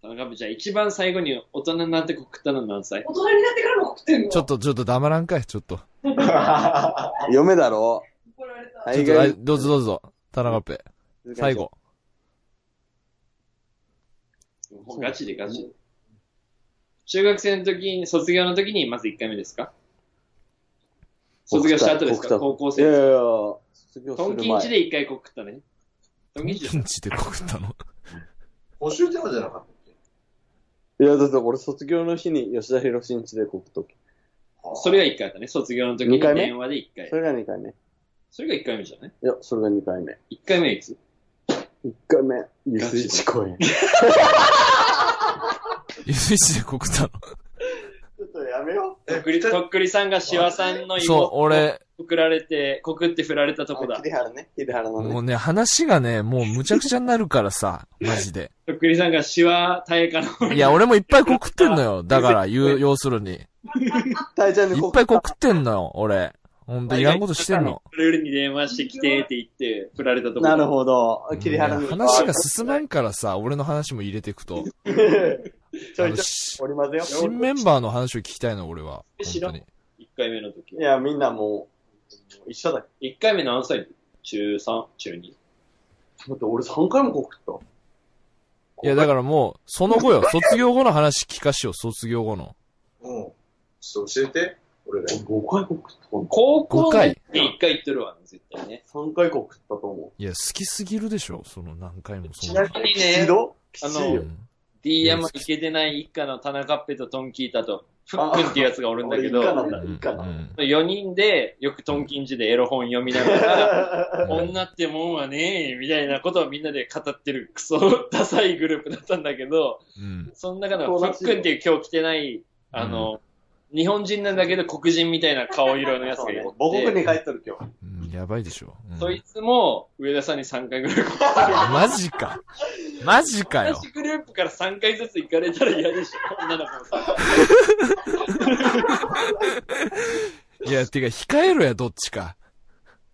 田中っぺじゃあ一番最後に大人になって告ったの何歳
大人になってからも食ってんの
ちょっ。と、ちょっと黙らんかい、ちょっと。
嫁だろ。
怒られた。
ちょっ
大
と、あ
概、
どうぞどうぞ。田中ペ、最。後。
もうガチでガチで。中学生の時に、卒業の時に、まず1回目ですか卒業した後ですか
告った
高校
いやいや
生。
いや、卒業
トンキンチ
する
で1回告ったね。トンキンチ
ピ
で
ンチで告ったの。
募集テーマじゃなかったっけ
前。いや、だって俺卒業の日に吉田博新地で告くとき。
それが1回あったね。卒業の時に
二回目
電話で1回
そ。れが2回目。い
それが1回目じゃない
や、それが2回目。
?1 回目いつ
1回目、ゆすいち公園。ち
ゆずいちで告ったの。
ょっとやめよ
とっくりとっくりさんがしわさんの
そう、
妹に
俺、
告られて、告って振られたとこだ。
桐原ね、桐原の
も
ね。
うね、話がね、もうむちゃくちゃになるからさ、マジで。
とっくりさんがしわ耐えかの。
いや、俺もいっぱい告ってん のよ。だから、言う、要するに。い
大ちゃんに
っ
告
ぱ
白
い告ってんのよ、俺。ほんと、いらんことしてんの。
ルールに電話してきてって言って振られたとこだ。
なるほど。
い
桐
や
原の
話が進まんからさ、俺の話も入れてくと。あ
ちょいち
の
ょい
し
織り交ぜよう。
新メンバーの話を聞きたいの、俺は。本当に。
1回目の時
い。や、みんなもう、一緒だよ。
1回目何歳中 3? 中 2?
だって俺3回も告っ
いや、だからもう、その後 よ、卒業後の話聞かしよう、卒業後の。
うん。ちょっと教えて。俺が
た。。5回告ったかな。
高校
5
で
回。
1回行ってるわね、絶対ね。
3回告ったと思
いや、好きすぎるでしょ、その何回もそ
ち
ん
な
な。
み
う。
に
一
ね、
度
あ
き
の
ついよ。
D 山行けてない一家の田中っぺとトンキータと、ふっくんっていうやつがおるんだけ
俺一家
ど、
なんだ、
うん
一家な
うんん
4人でよくトンキンジでエロ本読みながら、
だ。
うん
女ってもんはねえ、みたいなことをみんなで語ってるクソダサいグループだったんだけど、
うん。
その中
そう
の
ら
ふ
し
っ
いよ
くんっていう今日着てない、あの、日本人なんだけど黒人みたいな顔色のやつ
そう
がい
ね
て、
母国に帰っとる今日。
うんやばいでしょ。うん
そいつも上田さんに3回ぐらい、
マジか。マジかよ
同。じグループから3回ずつ行かれたら嫌でしょ、女の子もさ。
いや、てか、控えろや、どっちか。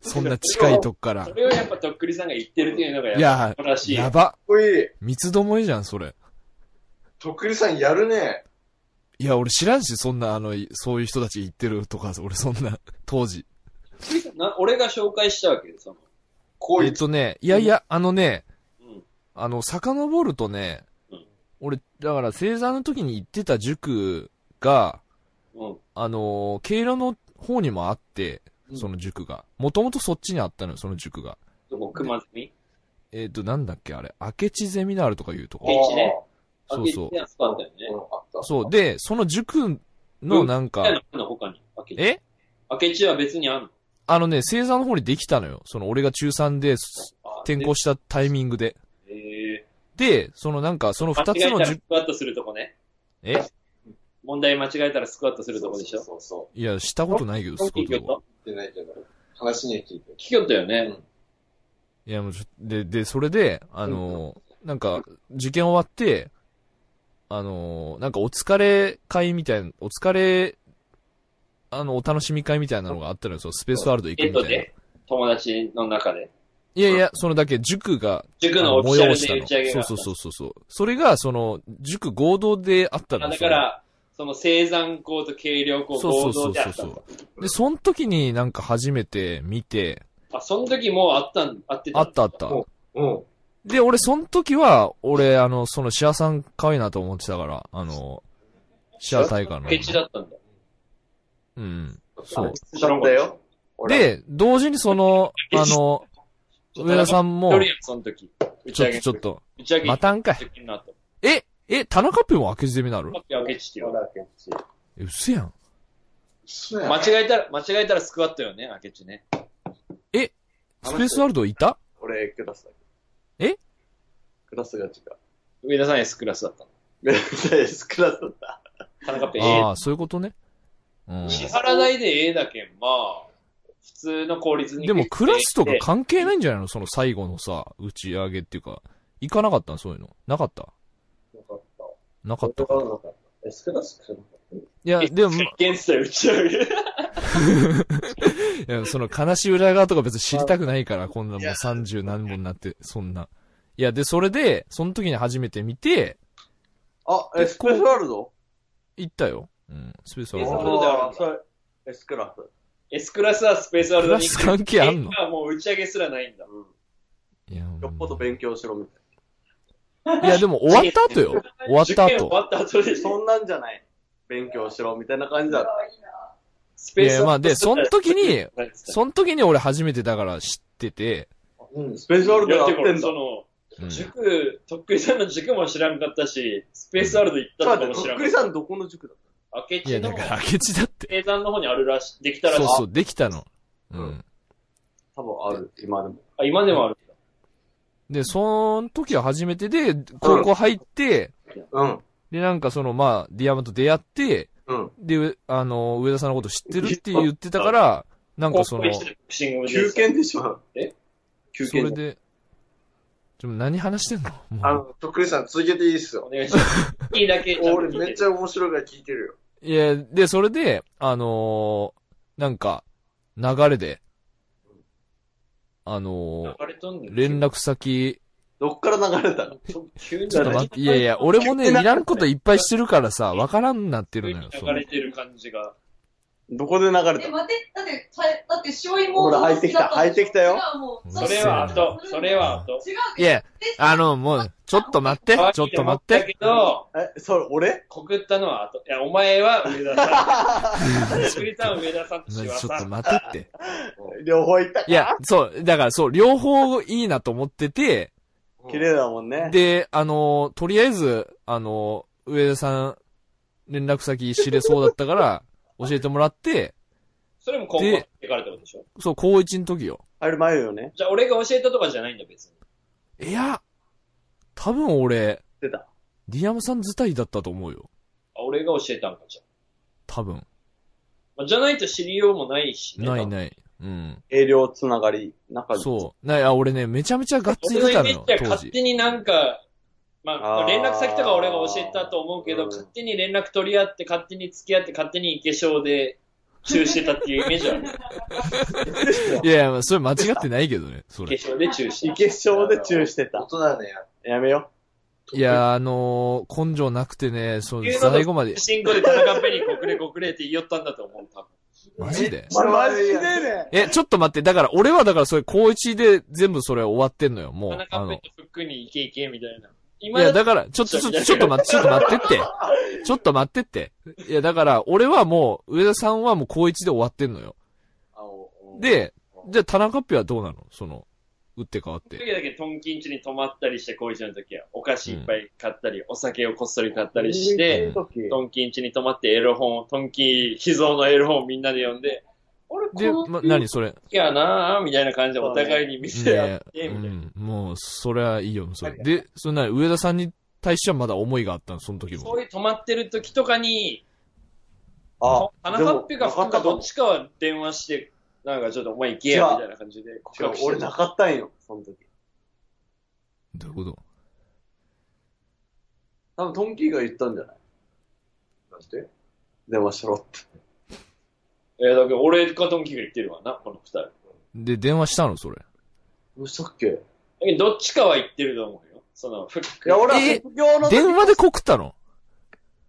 そんな近いとこから
そ。れをやっぱとっくりさんが言ってるっていうのが
い
や
や
っぱ、らしい。
やば。
おい、
三つどもえじゃん、それ。
とっくりさんやるね。
いや、俺知らんし、そんな、あの、そういう人たち言ってるとか、俺そんな、当時。
な俺が紹介したわけですよ。
こう
え
い
っ
う。
とね、いやいや、あのね、
うん
あの、遡るとね
うん、
俺、だから、正座の時に行ってた塾が、
うん。
あのー、経路の方にもあって、その塾が。もともとそっちにあったのよ、その塾が。
どこ、熊積
えっ、と、なんだっけ、あれ、明智ゼミナールとかいうとこ。
明智ね。
そ
明
うそう
智やつあったよね
うん。あった。
そう。で、その塾のなんか、
あの他に。明智
え
明智は別にあんの
あのね、星座の方にできたのよ。その、俺が中3で転校したタイミングで。
え
で、そのなんか、その
ー、
二つ
間違えた
の
ら
塾
ス、クワットするとこね。
え
問題間違えたらスクワットするとこでしょ
そうそ
いや、したことないけど、
ト
そ
ン
こ
キ
い
ー聞
と
こ
うそう。言ってないけど。話には聞いて
聞
る
きよったよね。
いや、もうちょ、で、で、それで、あのー、なんか、受験終わって、あのー、なんかお疲れ会みたいな、お疲れ、あの、お楽しみ会みたいなのがあったのよ、そのスペースワールド行く
えっ
みた
と
いな。い
で、友達の中で。
やいや、そのだけ塾が、
塾
あ
の
の
オフィシャル
催
で打ち上げ
し
があ
た
った。
そうそうそうそう。それが、その、塾合同であったの
あ
よ
だから、その生産校と軽量校
そのそ
合
うそう
同であ
そうそ
ったんだ
う。で、その時になんか初めて見て、
あ、その時もうあったん、あってた
あったあった。
うん。
で、俺、その時は、俺、あの、その、シアさん可愛いなと思ってたから、あの、シア大会の。
ケチだったんだ。
うん。そう。
そうだよ。
で、同時にその、あの、上田さん
一
も
人、やん、その時。打
ち
ち
ょ
上
っと
げ。
ちょっと、
打ち上げ。
またんかい。
時の後。
え、え、田中ペンは明智ゼミなる
さっき明智って言われ
え、嘘やん。
そう
た
や。
間違えたら、間違えたらスクワットよね、明智ね。
スペースワールドいた
俺、クラスだけ
え
クラスが違う。
上田さん S クラスだったの。
S クラスだった。
田中ペン A
ああ、そういうことね。うん。
支払いでええだけん、まあ、普通の公立に。
でもクラスとか関係ないんじゃないのその最後のさ、打ち上げっていうか。行かなかったのそういうの。なかった
よかった。
なか
こ
った
れ
か
が
な
なかった。え、少なくとも。
いや、でも、
現地で打ち上げ。
いや、その悲しい裏側とか別に知りたくないから、こんなもう30何本になって、そんな。いや、で、それで、その時に初めて見て、
あ、エスペースワールド
行ったよ。うん、スペース
え
ワール
そ
ド。
うだ
あーそれエスクラス。
S クラスはスペースワー
ク
ルド
ラ
に
ス関係あんの
はもう打ち上げすらないんだ。
いや、もう
よっぽど勉強しろみたい
いや、でも終わった後よ。終わった
受験終
後。
わった後で
な。
し
そ
ょ。
んなんじゃない。勉強しろみたいな感じだった。
いいな。
ス
い
ペース
や、ま
ワ
あ、
ールド
で、その時に、
なんつった
その時に俺初めてだから知ってて、
うん。
スペースワールドや
いや
っ
でも
てんだ
そ。の、
うん
塾、とっくりさんの塾も知らんかったし、スペースワールド行ったのかも
ちょっと待
知
ってと
らんかっ。
っくりさんどこの塾だった
明
いや、
智
だ
の
から、明智だって。
低山の方にあるらしい、できたらしい
そう。そう、できたの。うん。
た多分ある、今でも。
あ、今でもある。
で、その時は初めてで、高校入って、
うん。
で、なんかその、まあ、ディアマと出会って、
うん
で、あの、上田さんのこと知ってるって言ってたから、なんかその、
ボクシング部で
休
さ
憩でしょ休
そ
憩
れで、でも何話してんの
あ
もう
の、とっくりさん続けていいっすよ。
お願いします。いいだけ。
俺めっち
ゃ
ゃ面白いから聞いてるよ。
いや、で、それで、あのーなんか、流れで、あのー
んと聞いて。流れとんねん
連。絡先、
どっから流れたの
ちょ急に
ちょっと待って、いやいや、俺もね、いらんこといっぱいしてるからさ、わからんなってる
急
のよ
に、
そ
流
の
れてる感じが。
どこで流れ
え、
たの
待って、だって、ただって、塩芋
ほら入ってきた入ってきたよ。
う
そ
っせえ
れ
な
は後、それは後。
違う。
いや、あの、もう、ちょっと待って、ちょっと待って。。
けど、
え、それ、俺
告ったのは後。いや、お前は上田さん。とっくりさんは上田さん と
ち
しわ
ょっ
さ
と
ん。
待ってって。
両方行ったか
いや、そう、だからそう、両方いいなと思ってて、
綺麗だもんね。
で、あの、とりあえず、あの、上田さん、連絡先知れそうだった から、教えてもらって、
それも高校
で
ってからってことでしょ
そう、高1の時よ。
入る前よね。
じゃあ俺が教えたとかじゃないんだ、別に。
いや、多分俺、
出た。
ディアムさん自体だったと思うよ。
あ、俺が教えたんか、じゃあ
多分。
まあ。じゃないと知りようもないしね。
ないない。うん。
営業つながり、中で。
そう。ない、あ、俺ね、めちゃめちゃがっつり
俺
出
の
た
イ
の
メー
よ
ジ、
当
は勝
時。
手になんか、まあ、ま
あ
あ
ー
連絡先とか俺が教えたと思うけど、
うん
勝手に連絡取り合って、勝手に付き合って、勝手に行けうで、中止してたっていうイメージ はある。
いやいや、それ間違ってないけどね、そ
化
れ。
粧で中止。
池小でチューして
大
た。
人だねや。
やめよ
いや、あのー根性なくてね、そう、
言うのと
最後まで。
進行で戦っぺに国れ国れって言いよったんだと思う、多分。
マジで
う。マジでね。
え、ちょっと待って、だから、俺はだからそれ、高一で全部それ終わってんのよ、もう。
田
あ
中ペ
の
ッ。トフックに行け行けみたいな。
い
今
や、
だ
だから、ちょっと、ちょっと、ちょっと待って、ちょっと待ってって。ちょっと待ってって。いや、だから、俺はもう、上田さんはもう高一で終わってんのよ。で、じゃあ、田中っぺはどうなのその、打って変わっ
時
て。
だけトンキンチに泊まったりして、高一の時は。お菓子いっぱい買ったり、お酒をこっそり買ったりして、トンキンチに泊まってエロ本を、トンキン秘蔵のエロ本をみんなで読んで、俺、こ
で、
の
ま、何それ。
時やなぁ、みたいな感じでお互いに見せ合
ね
って、みた
え、
いうな。
ん。もう、それはいいよ、それ。で、そんな、上田さんに対してはまだ思いがあったの、その時
そう
も。
いう泊まってる時とかに、
あ、
田中っぺか
でも
福か
なかったと
ど
思
っ
う
ちかは電話して、なんかちょっとお前行け
違
や、
う
みたいな感じで告
違う
白して。
俺なかったんよ、その時。
どういうこと
多分トンキーが言ったんじゃない
なんて
電話しろって。
えーだけど俺かトンキが言ってるわな、この二人。だ
で、電話したの、それ。
どうしたっけい
けどどっちかは言ってると思うよ。その、フック。
や、俺
え
は卒業の時
電話で告ったの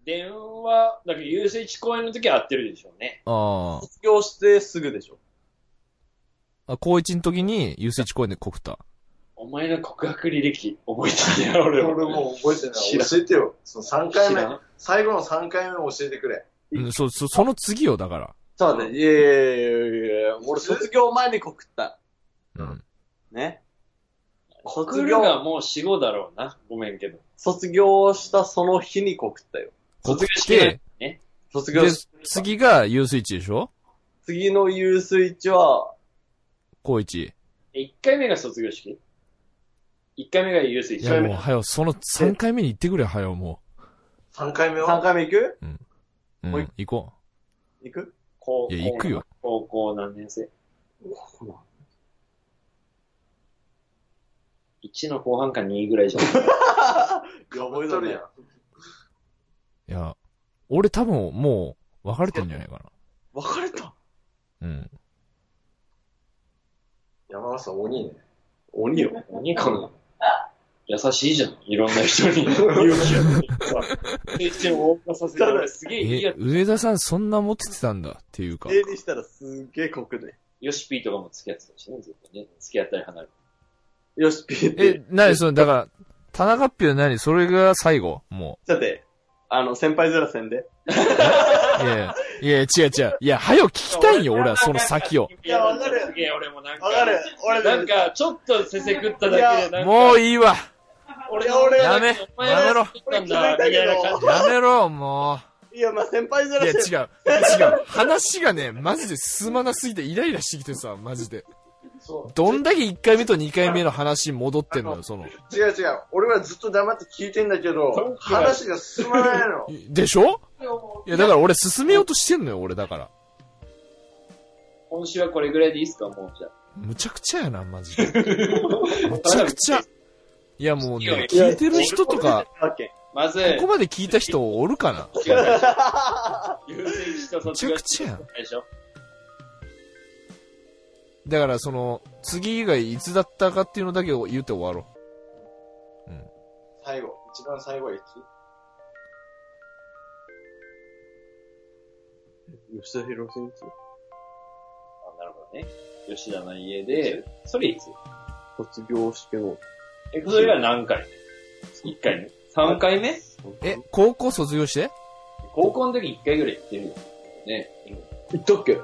電話、だけど、優勢地公演の時は合ってるでしょうね。
あ
卒業してすぐでしょ。
あ。あ高一の時に、遊水地公園で告った。
お前の告白履歴覚えてたよ、俺
俺
は。
もう覚えて
知ら
ない。
ん
教えてよ。その3回
知
目
らん。
最後の3回目を教えてくれ。
うん、そう、そ、その次よ、だか
ちょっと待って、いやいやいやいや俺卒業前に告った。
ら。うん。
ね。
告
卒
る
業、
がもう死後だろうな。ごめんけど。
卒業したその日に告ったよ。
告
卒
っ
業式
て、
卒
で
業し、
次が遊水地でしょ
次のユースイッチは、
高一。
え一回目が卒業式一回目が優勢
い
一
や、
回目
もう、。はよ、その3回目に行ってくれよ、はよ、も
3回目を
3回目行く
う。う、
もうん
行こ
行く
高
う。いや、行くよ。
高校何年生
1の後半か2ぐらいじゃん。
やばいとる
い
やん。
や、俺多分もう別れてんじゃないか
別れた
な。うん。
山田さん鬼ね。
鬼よ。鬼かな。優しいじゃん。いろんな人に。
勇 気を。決して大化させて、俺すげえいいや
え、上田さんそんなモテてたんだっていうか。
例にしたらすっげえ濃くね。
ヨシピーとかも付き合ってたしね、ずっとね。付き合ったり離れた
よし、ピーっ
え
て。、
なにその、だから、田中っぴは何それが最後も
だって、あの、先輩ずらせんで。
う。いやいや、いや違う違う。いや、早よ聞きたいんよ、俺はその先を。。
いや、わかる。すげえ、俺もなんか。
わかる。俺
な
だっ
ん
て
か、ちょっとせせくっただけで、なんか、
もういいわ。
俺
いや俺
やめ
お前らが作ったんだ、みたいな感じ。
やめろ、も
いや、まあ、先輩ず
う。い
ら
や、違
せ。。
うん違う。話がね、マジで進まなすぎてイライラしてきてさ、マジで。どんだけ1回目と2回目の話に戻ってんのよ、その。
違う違う。俺はずっと黙って聞いてんだけど、話が進まないの。
でしょいや、だ
ら。
から俺進めようとしてんのよ、俺だから。
今週はこれぐらいでいいっすか、もう、じゃあ。
むちゃくちゃやな、マジで。むちゃくちゃ。いや、もうね、
いや
聞いてる人とか、
わけ。
まず、
ここまで聞いた人おるかな
違う違う優先した卒業式
めちゃく
でしょ
だからその、次以外いつだったかっていうのだけを言って終わろ
最後。一番最後はいつ
吉田博先生、
あなるほどね。吉田の家で、それいつ
卒業しても。
え、それが何回目 ?1 回目 ?3 回目
う。え、高校卒業して
高校の時1回ぐらい行ってるよ。ね。
言っとっけ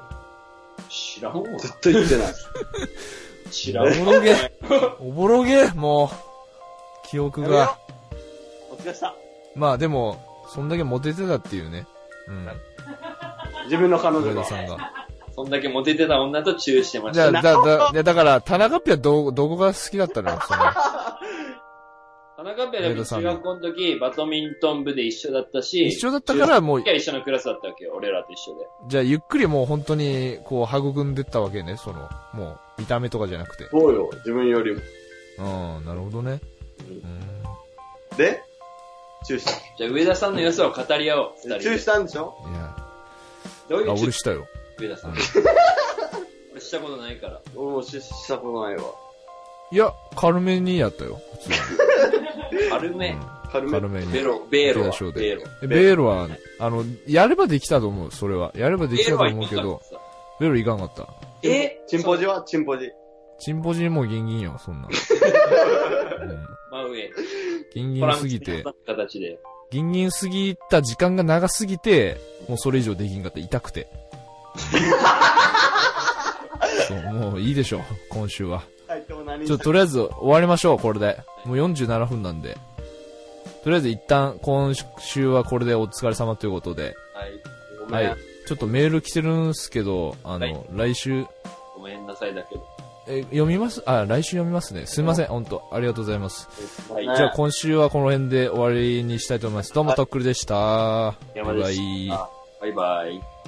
知らんわ。
絶対言ってない。
知らんわ。
おぼろげ。 おぼろげ、もう。記憶が。
お疲れした。
まあでも、そんだけモテてたっていうね。うん。
自分の彼女
上
が
田。さんが。
そんだけモテてた女とチューしてまし
じゃ
た。
あ、だ、だ、いやだから、田中っぴはど、どこが好きだったのそ の。
田中ペラも中学校の時、バドミントン部で一緒だったし、
一緒だったから、もう
一、回一緒のクラスだったわけよ。俺らと一緒で。
じゃあ、ゆっくりもう本当に、こう、育んでったわけね。その、もう、見た目とかじゃなくて。
そうよ、自分よりも。
うん、なるほどね。うん。
で、チューした。
じゃあ、上田さんの良さを語り合おう。二
チュ
人
ー
で。
したんでしょ
いや、
どうい
あ、
うチュ
俺
ー
したよ。
上田さん。俺したことないから。
俺もチューしたことないわ。
いや、軽めにやったよ。
軽
う
め
ん。
軽め。
軽めに。
ベロ、ベロ
ベ
は
ロショー、で
ベロ。
えベールは、あの、やればできたと思う、それは。やればできたと
はい
思うけ
かんか
ど
っ、たさ
ベールいかんかった。
え
チンポジはチンポジ。
チンポジもギンギンよ、そんな。うん、
真上。
ギンギ
ト
ン
ラン
す
ク
ぎ
ス
て
に挟、む形で。
ギンギンすぎた時間が長すぎて、もうそれ以上できんかった、痛くて。そうもういいでしょう、今週は。
はい、今日何
ちょ、とりあえず終わりましょう、これで。もう47分なんで。とりあえず一旦、今週はこれでお疲れ様ということで。
はい。
ごめ
は
ん
い。ちょっとメール来てるんすけど、あの、来週、
ごめんなさいだけど。
え、読みますあ、来週読みますね。すいません、本当ありがとうございます。
はい。
じゃあ今週はこの辺で終わりにしたいと思います。どうも、とっくりでした。
山
バ
で
イ
し
バイ
た。バイバイ。